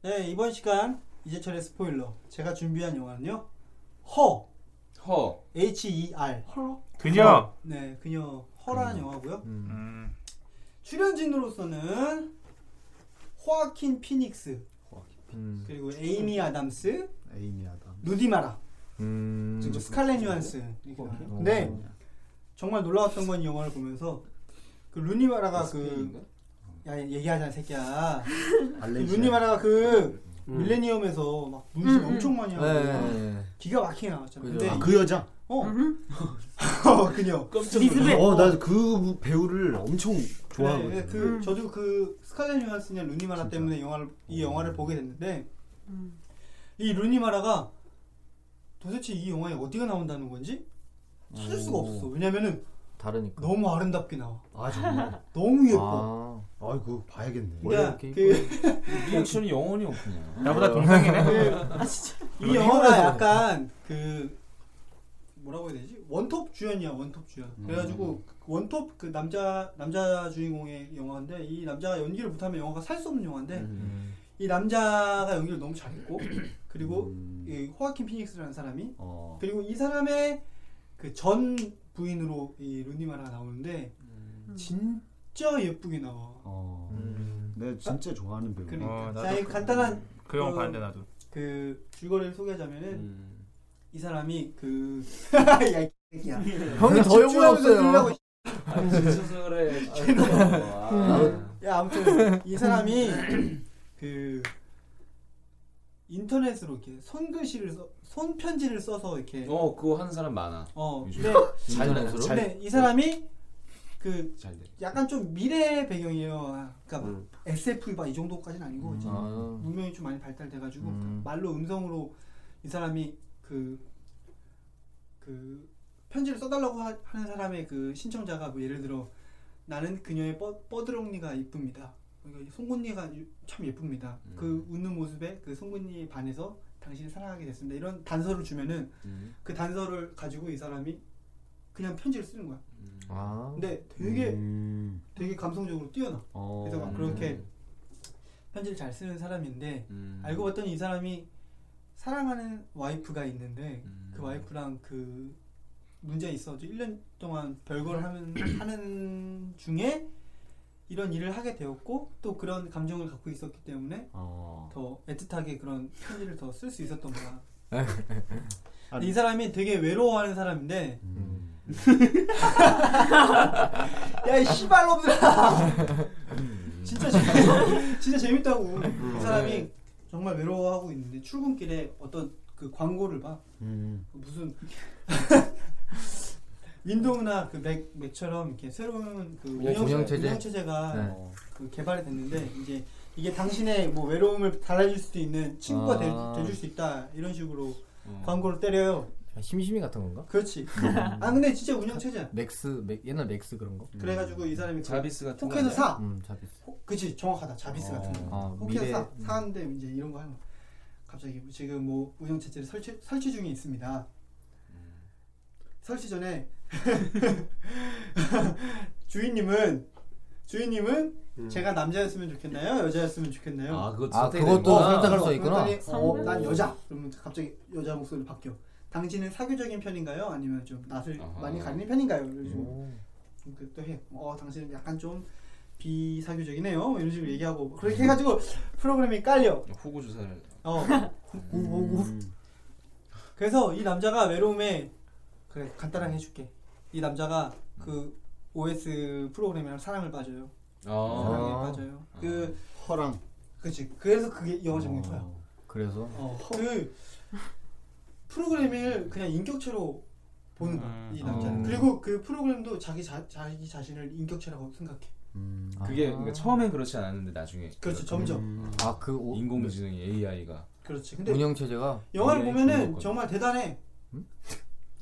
네 이번 시간 이제철의 스포일러. 제가 준비한 영화는요. 허. 허. H E R. 허. 그녀. 네 그녀 허라는 영화고요. 음. 출연진으로서는 호아킨 피닉스 그리고 에이미 아담스, 에이미 아담. 루디마라, 음. 직접 스칼렛 뉴한스. 이렇게 나와요. 근데 정말 놀라웠던 건 이 영화를 보면서 그 루니마라가 그 야, 얘기하자 새끼야. 알레르기야. 루니마라가 그 밀레니엄에서 막 문신 음, 음. 엄청 예, 많이 하고 네, 막 네, 네. 기가 막히게 나왔잖아. 그죠. 근데 아, 이- 그 여자? 어. 어, 그녀. 어, 나그 배우를 엄청 좋아하거든. 네, 그 저도 그 스칼렛 요한슨이나 루니마라 때문에 영화를 이 영화를 보게 됐는데 이 루니마라가 도대체 이 영화에 어디가 나온다는 건지 찾을 수가 오. 없었어. 왜냐면은 다르니까. 너무 아름답게 나와. 아 정말. 너무 예뻐. 아, 아이고 봐야겠네. 그러니까 그 리액션이 영원히 아, 없구나. 나보다 동생이네. 그- 아, 진짜. 이 영화가 약간 그 뭐라고 해야 되지? 원톱 주연이야 원톱 주연. 그래가지고 원톱 그 남자 남자 주인공의 영화인데 이 남자가 연기를 못하면 영화가 살 수 없는 영화인데 이 남자가 연기를 너무 잘했고 그리고 이 호아킨 피닉스라는 사람이 어. 그리고 이 사람의 그 전 부인으로 이 루니마라가 나오는데 음. 진짜 예쁘게 나와. 어. 음. 내가 진짜 좋아하는 배우. 어, 그러니까 어, 자, 이 간단한 그- 그 줄거리를 소개하자면은 음. 이 사람이 그 야, 이 새끼야. 형이 더 욕을 집중하면서 없어요. 들으려고 이- 아, 진짜 그래. 아, 야 아무튼 이 사람이 그 인터넷으로 이렇게 손글씨를 써, 손편지를 써서 이렇게 어 그거 하는 사람 많아. 어, 요즘. 근데, 잘 근데 나가서? 이 사람이 그 잘 돼. 약간 좀 미래 배경이에요. 아, 그러니까 음. 막 SF 막 이 정도까지는 아니고 이제 아. 문명이 좀 많이 발달돼가지고 말로 음성으로 이 사람이 그 그 편지를 써달라고 하, 는 사람의 그 신청자가 뭐 예를 들어 나는 그녀의 뻐, 뻐드렁니가 이쁩니다. 그러니까 송곳니가 유- 참 예쁩니다. 그 웃는 모습에 그 송곳니에 반해서 당신을 사랑하게 됐습니다. 이런 단서를 주면은 음. 그 단서를 가지고 이 사람이 그냥 편지를 쓰는 거야. 아. 근데 되게 되게 감성적으로 뛰어나. 어. 그래서 막 그렇게 편지를 잘 쓰는 사람인데 음. 알고 봤더니 이 사람이 사랑하는 와이프가 있는데 그 와이프랑 그 문제 있어서 1년 동안 별거를 하면 하는 중에 이런 일을 하게 되었고 또 그런 감정을 갖고 있었기 때문에 어. 더 애틋하게 그런 편지를 더 쓸 수 있었던 거야. 근데 이 사람이 되게 외로워하는 사람인데 야이 씨발놈들아 진짜 재밌, 진짜 재밌다고 이 사람이 정말 외로워하고 있는데 출근길에 어떤 그 광고를 봐그 음. 무슨 윈도우나 그 맥, 맥처럼 이렇게 새로운 그 네, 운영, 운영- 운영체제? 체가 네. 그 개발이 됐는데 이제 이게 당신의 뭐 외로움을 달아줄 수도 있는 친구가 아. 되, 돼줄 수 있다 이런 식으로 광고를 때려요. 아, 심심이 같은 건가? 그렇지. 아 근데 진짜 운영 체제야. 맥스 맥, 옛날 맥스 그런 거? 그래가지고 이 사람이 자비스 그 같은 네. 포켓을 거 사. 아니야? 음, 자비스. 호- 그치 정확하다. 자비스 어. 같은 거. 아, 포켓을 미래- 사 사는데 이제 이런 거 하는 거. 갑자기 지금 뭐 운영 체제를 설치 설치 중에 있습니다. 음. 설치 전에 주인님은 주인님은 제가 남자였으면 좋겠나요? 여자였으면 좋겠나요? 음. 아, 그것도 아, 선택이 그것도 되는구나. 선택할 수 있구나. 그랬더니, 어, 선택. 난 여자. 그러면 갑자기 여자 목소리 바뀌어. 당신은 사교적인 편인가요? 아니면 좀 낯을 많이 가리는 편인가요? 요즘 또 해. 어, 당신은 약간 좀 비사교적이네요. 이런 식으로 얘기하고 그렇게 해가지고 프로그램이 깔려. 호구 조사를. 어. 음. 오오오. 그래서 이 남자가 외로움에 그래 간단하게 해줄게. 이 남자가 그 OS 프로그램이랑 사랑을 빠져요. 아. 사랑에 빠져요. 그 허랑. 그치. 그래서 그게 영어 제목이야. 그래서 어. 그 프로그램을 그냥 인격체로 보는 거야. 음. 이 남자는. 어. 그리고 그 프로그램도 자기 자, 자기 자신을 인격체라고 생각해. 아. 그게 그러니까 처음엔 그렇지 않았는데 나중에. 아. 그렇죠, 점점. 아그 인공지능이 AI가. 그렇지. 근데 운영 체제가 영화를 AI 보면은 중독 정말 대단해.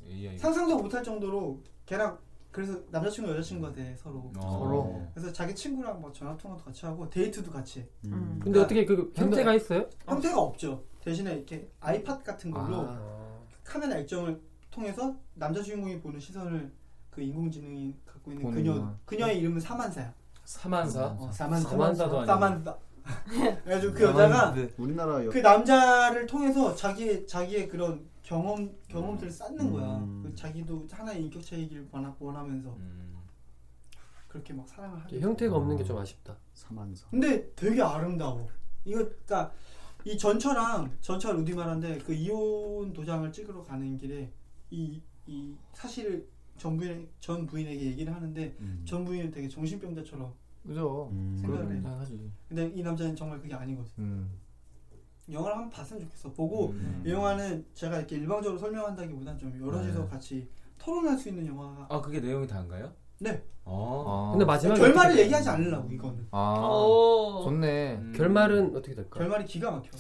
AI. 상상도 못할 정도로 걔랑 그래서 남자친구 여자친구가 돼 서로 아. 서로. 그래서 자기 친구랑 뭐 전화 통화도 같이 하고 데이트도 같이 해. 음. 근데 어떻게 그 형태가 있어요? 형태가 없죠 대신에 이렇게 아이팟 같은 걸로 아. 카메라 액정을 통해서 남자 주인공이 보는 시선을 그 인공지능이 갖고 있는 보는구나. 그녀 그녀의 이름은 사만사야 아, 사만사? 음. 어, 사만사 사만사도 아니고. 사만사 그래가지고 그 여자가 우리나라 여... 그 남자를 통해서 자기 자기의 그런 경험 경험들을 쌓는 거야. 그 자기도 하나의 인격체이길 원하, 원하면서 음. 그렇게 막 사랑을 하게. 형태가 없는 게 좀 아쉽다. 사만사. 근데 되게 아름다워. 이거 그러니까 이 전처랑 전처 루디마라인데 그 이혼 도장을 찍으러 가는 길에 이, 이 사실을 전 부인 전 부인에게 얘기를 하는데 전 부인은 되게 정신병자처럼 그죠. 음. 음, 생각을 해. 생각하지. 근데 이 남자는 정말 그게 아니거든. 음. 영화를 한번 봤으면 좋겠어. 보고 음. 이 영화는 제가 이렇게 일방적으로 설명한다기보단 좀 여러 네. 지서 같이 토론할 수 있는 영화가 아 그게 내용이 다인가요? 네. 아, 어. 근데 마지막에 결말을 그러니까 어떻게- 얘기하지 않으려고 이거는. 어. 아. 좋네. 음. 결말은 어떻게 될까? 결말이 기가 막혀.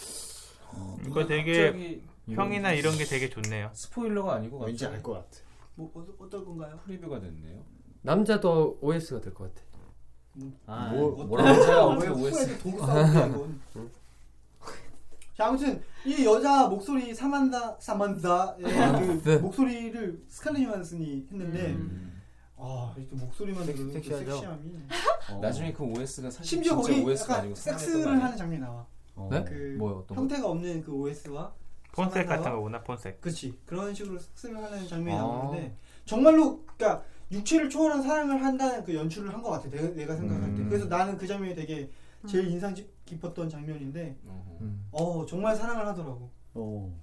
이거 되게 평이나 이런 게 되게 좋네요. 스포일러가 아니고 왠지 알 것 같아. 뭐 어, 어떨 건가요? 프리뷰가 됐네요. 남자도 OS가 될 것 같아. 아, 뭐- 어떤 뭐라고 남자가 하지? 왜 후에 OS? 도구 싸움이야 이건. 자 아무튼 이 여자 목소리 사만다 사만다의 아, 네. 그 목소리를 스칼렛 요한슨이 했는데 아 이렇게 목소리만 들으면 그 음. 섹시하죠? 섹시함이 나중에 그 OS가 사실 심지어 진짜 거기 OS가 약간 아니고 섹스를 하는 장면이 나와. 어. 네? 그 뭐요? 어떤 거? 형태가 없는 그 OS와 폰셋 같은 거구나 폰셋. 그렇지 그런 식으로 섹스를 하는 장면이 아. 나오는데 정말로 그러니까 육체를 초월한 사랑을 한다는 그 연출을 한 것 같아 내가, 내가 생각할 때 그래서 나는 그 장면이 되게 제일 인상 깊- 깊었던 장면인데 어 정말 사랑을 하더라고 어.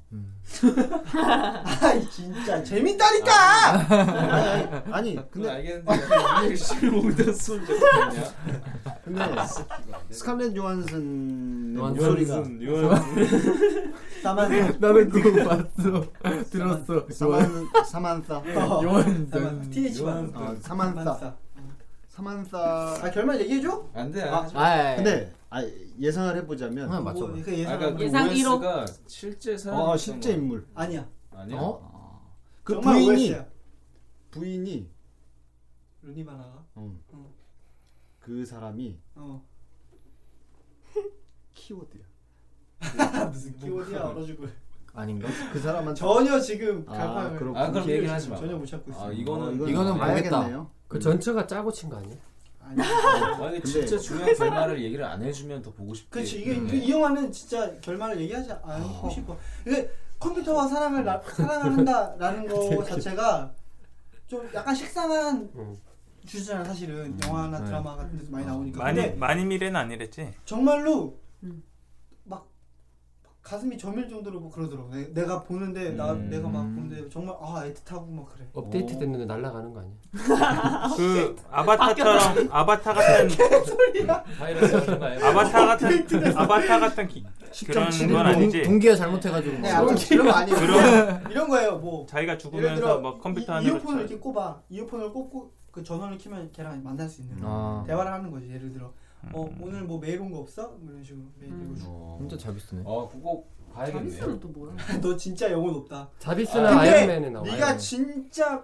아이 진짜 재밌다니까 아니 근데 알겠는데 근데 스칼렛 요한슨 있는 완전 소리가. 무슨 요한- 어, 사만사. 나는 그거 봤어. 들었어. 사만 사만사. 네, 네, 어, 요한- 사만- TH 그 만. 어, 사만사. 사만사. 아, 결말 얘기해줘? 안 돼. 아, 하지 마. 아, 근데 아, 예상을 해보자면. 아, 맞춰봐. 뭐, 그러니까 예상- 아까 그 예상 OS 일호. 가 실제 사람 어, 있던 실제 거. 인물. 아니야. 아니야? 어? 그 정말 부인이 OS야. 부인이 루니바나가. 어, 어. 그 사람이 어. 키워드야. 무슨 키워드야 얼어죽을. 아닌가? 그 사람한테 전혀 지금 아, 갈팡을- 그렇군요. 아, 그럼 얘기를 하지 마. 전혀 못 찾고 있어요. 아, 이거는 어, 이거는, 이거는 모르겠다. 봐야겠네요. 그 전체가 짜고 친 거 아니야? 아니 근데- 진짜 중요한 결말을 얘기를 안 해주면 더 보고 싶지. 네. 그렇지 이게 그, 이 영화는 진짜 결말을 얘기하지 아. 않고 싶어. 이게 컴퓨터와 사랑을 나- 사랑한다라는 네, 그 거 자체가 좀 약간 식상한 어. 주제잖아 음, 사실은 영화나 네. 드라마 같은 데서 많이 나오니까. 많이 근데 많이 미래는 아니랬지. 정말로 음. 막 가슴이 저밀 정도로 뭐 그러더라고. 내- 내가 보는데 나 음. 내가 막 보는데 정말 아 애틋하고 막 그래. 업데이트 됐는데 날아가는 거 아니야? 그 아바타처럼 아바타 같은 바이러스 같은 거 아니야? 아바타 같은 업데이트돼서. 아바타 같은 기, 그런 건 아니지. 동기가 잘못해가지고. 네, 막- 아무튼 그런 거 아니에요. 그런- 이런 거예요. 뭐 자기가 예를 들어 죽으면서 뭐 컴퓨터 이, 하나로 이어폰을 이렇게 꼽아 이어폰을 꼽고 그 전원을 키면 걔랑 만날 수 있는 아. 대화를 하는 거지. 예를 들어 음. 어 오늘 뭐 메일 온 거 없어? 뭐 이런 식으로 메일 음. 진짜 잘 비슷네. 어 그거 봐야겠네. 자비스는 또 너 진짜 영혼 없다. 자비스나 근데 아이언맨에 나와요. 네가 진짜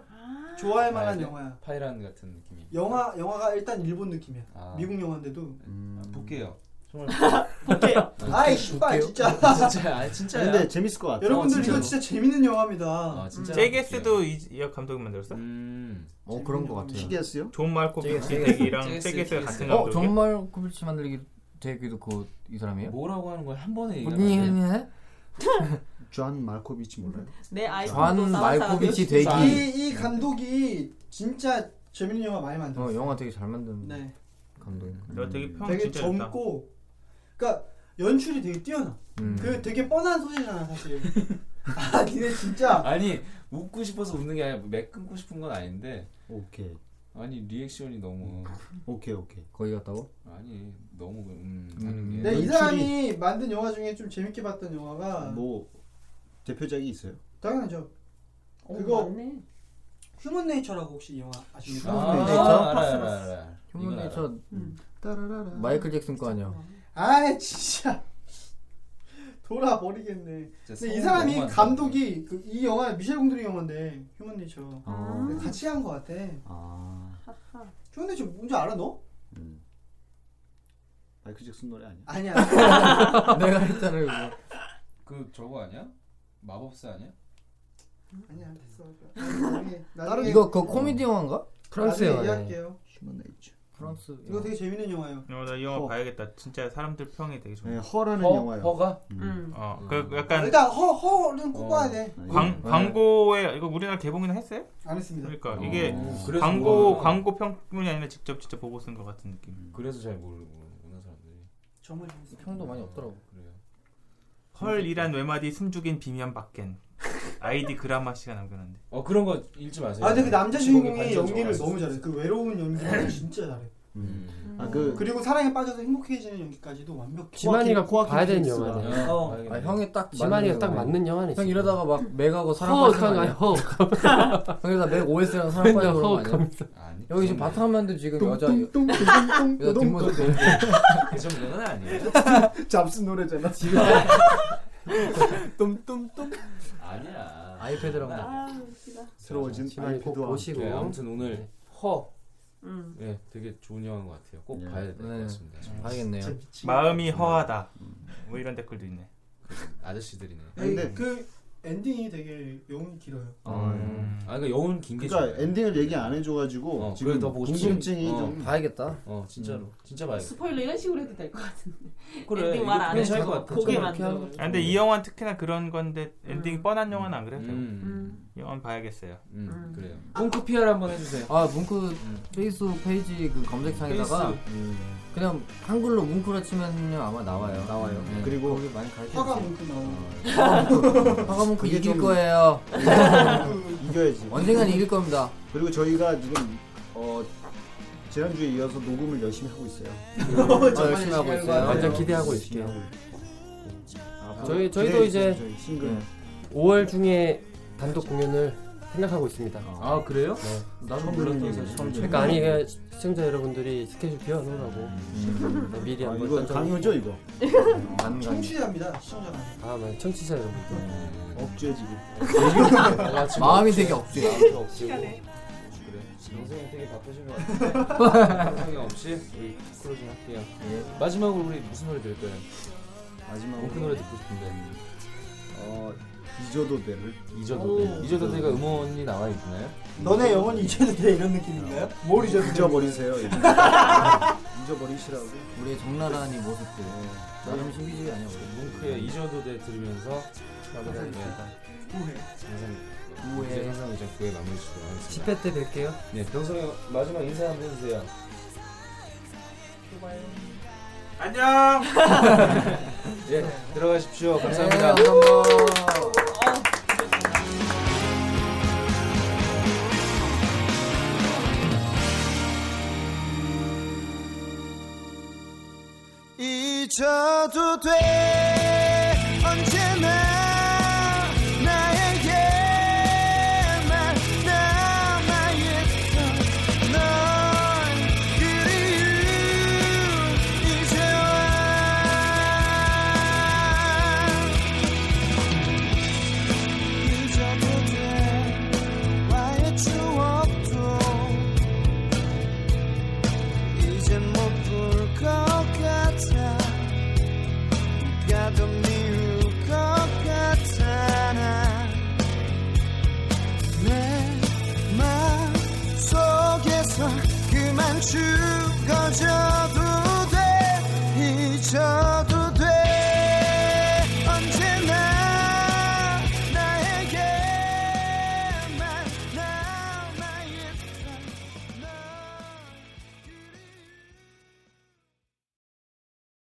좋아할 만한 봐야지. 영화야. 파이란 같은 느낌이. 영화 영화가 일단 일본 느낌이야. 아. 미국 영화인데도 볼게요. 볼게요. 아이 씨발 볼게요? 진짜. 진짜, 아이, 진짜야. 어, 근데 재밌을 것 같아. 여러분들 어, 이거 진짜로. 진짜 재밌는 영화입니다. 아, 네. 제게스도 이, 이 감독이 만들었어? 음. 어 그런 것 같아요. 시계였어요? 존 말코 빌치덱이랑 제게스 같은 어 감독이. 정말 콜비치 만들기 되기도 그 이 사람이에요? 뭐, 뭐라고 네. 하는 거야 한 번에 언니 해? 존 말코비치 몰라요? 내 아이폰 뭐, 존 말코비치 되기. 이, 이 감독이 진짜 재밌는 영화 많이 만들어. 어 영화 되게 잘 만드는 네. 감독이. 너 되게 평 되게 진짜 좋다. 젊고, 그러니까 연출이 되게 뛰어나. 음. 그 되게 뻔한 소리잖아 사실. 아, 니네 음, 진짜. 아니 웃고 싶어서 웃는 게 아니라 매 끊고 싶은 건 아닌데. 오케이. 아니 리액션이 음. 너무. 오케이 오케이. 거기 갔다고? 아니 너무 음, 하는 게. 네, 이 사람이 만든 영화 중에 좀 재밌게 봤던 영화가 뭐 대표작이 있어요? 당연하죠. 어, 그거 휴먼 네이처라고 뭐, 혹시 이 영화 아십니까? 휴먼 아, 네이처? 알아요, 알아요, 알아요. 휴먼 이건 네이처. 알아. 음. 따라라라. 마이클 잭슨 거 아니야? 아 진짜 돌아버리겠네. 진짜 근데 이 어, 성우 사람이 너무 많다. 감독이 그, 이 영화 미셸 공드리 영화인데 휴먼 네이처 아. 근데 같이 한 거 같아. 휴먼 네이처 뭔지 알아 너? 음. 마이클 잭슨 노래 아니야? 아니야. 내가 했잖아요. 이거. 그 저거 아니야? 마법사 아니야? 아니야 됐어. 나중에, 나중에 이거 그 코미디 영화인가? 프랑스 나중에 영화. 얘기할게요. 프랑스. 이거 되게 재밌는 영화예요. 어, 나이 영화 봐야겠다. 진짜 사람들 평이 되게 좋네. 네, 허라는 허? 영화요. 허가? 음. 어. 어, 그 약간 아, 일단 허 허는 꼽아야 돼. 광, 광고에 이거 우리나라 개봉이나 했어요? 안 했습니다. 그러니까 어, 이게 그래서 광고 그거구나. 광고 평론이 아니라 직접 직접 보고 쓴 것 같은 느낌. 그래서 잘 모르는 사람들이. 정말 평도 많이 없더라고. 그래요. 헐이란 외마디 숨죽인 비면 밖엔 아이디 그라마 씨가 남겨놨는데. 어 그런 거 읽지 마세요. 아 근데 네. 그 남자 주인공이 반전 연기를 좋아하시죠. 너무 잘해. 그 외로운 연기를 진짜 잘해. 음. 아, 그- 그리고 사랑에 빠져서 행복해지는 연기까지도 완벽해. 지만이가 코아킨- 코아킨 봐야 되는 피닉스가. 영화네. 어. 아, 형이 딱 지만이가 딱 맞는 영화네, 형 지금. 이러다가 막 맥하고 허, 사랑하는 거 아니야? 허. 형이다 맥 OS랑 사랑 맨날 빠져 허 그런 거 아니야? 가면서. 여기 지금 바탕화면도 지금 여자 뚱뚱뚱 뚱뚱뚱 여자 뒷모습 뚱뚱. 그 정도는 아니에요. 잡스 노래잖아. 지금 똠똠똠. 아니야. 아이패드라고. 새로워진 아이패드와 네, 함께. 아무튼 오늘 허. 네, 되게 좋은 영화인 것 같아요. 꼭 봐야 될 것 같습니다. 아, 정말. 마음이 허하다. 뭐 이런 댓글도 있네. 음. 아저씨들이네. 근데 그 엔딩이 되게 영혼이 길어요. 음. 아, 그러니까 여운 긴게 그러니까 좋아요. 엔딩을 얘기 안 해줘가지고 어, 지금 그래, 더 보고 싶지. 궁금증이 어. 좀 봐야겠다. 어, 진짜로. 진짜 봐야겠다. 스포일러 이런 식으로 해도 될 것 같은데. 그래, 엔딩 이거 말안 괜찮을 해도 것 같아. 보게 저렇게 만들어. 하면 아, 근데 이 영화는 특히나 그런 건데 엔딩이 뻔한 영화는 안 그래요. 영화는 봐야겠어요. 음, 그래요. 뭉크 PR 한번 해주세요. 아 뭉크 페이스북 페이지 그 검색창에다가 페이스. 그냥 한글로 뭉크라 치면요 아마 나와요. 나와요. 그리고 많이 가르쳐 화가 문구 주세요. 나오고. 화가 뭉크 화가 뭉크 그게 이길 좀- 거예요. 이겨야지. 언젠간 이길 겁니다. 그리고 저희가 지금 어 지난주에 이어서 녹음을 열심히 하고 있어요. 네. 아, 열심히 하고 있어요. 완전 기대하고 열심히 있을게요. 하고 앞으로 저희 저희도 기대해 이제 주세요, 저희 싱글. 5월 중에 단독 공연을 생각하고 있습니다. 아 그래요? 네. 나도 몰랐던 사실. 그러니까 아니 이게 시청자 여러분들이 스케줄 비워놓으라고 네, 미리 아, 한번 이거 던져- 강요죠 이거. 안 강요. 청취자입니다. 시청자 가 아, 맞아. 청취자 여러분들. 억지해 지금. 아, 지금 마음이 억지해. 되게 억지해. 네. 마음이 억지고. 시간에. 어, 그래. 영생이 되게 바쁘신 것 같아요. 상의 없이 우리 클로징 할게요. 마지막으로 우리 무슨 노래 들을까요? 마지막으로 몽크 노래 듣고 싶은데. 어 잊어도 돼를. 잊어도 돼. 잊어도 돼가 음원이 나와 있나요? 너네 영혼이 잊어도 돼 이런 느낌인가요? 뭘 잊어도 돼? 잊어버리세요. 이제. 잊어버리시라고. 우리 적나라한 이 모습들. 네. 나름 신비주의 아니야 우리. 몽크의 잊어도 돼그 들으면서 마무리합니다. 후회. 영상 후회. 이제 영상 이제 그에 마무리 짓도록 하겠습니다. 10회 때 뵐게요. 네, 병성이 마지막 인사 한번 해주세요. 안녕. 예, 들어가십시오. 감사합니다. 잊어도 돼 언제나 나에게만 남아있어 넌 그리운 이제와 잊어도 돼 나의 추억도 이젠 못 볼 것 같아 가도 미울 것 같아 난내 마음속에서 그만 죽어져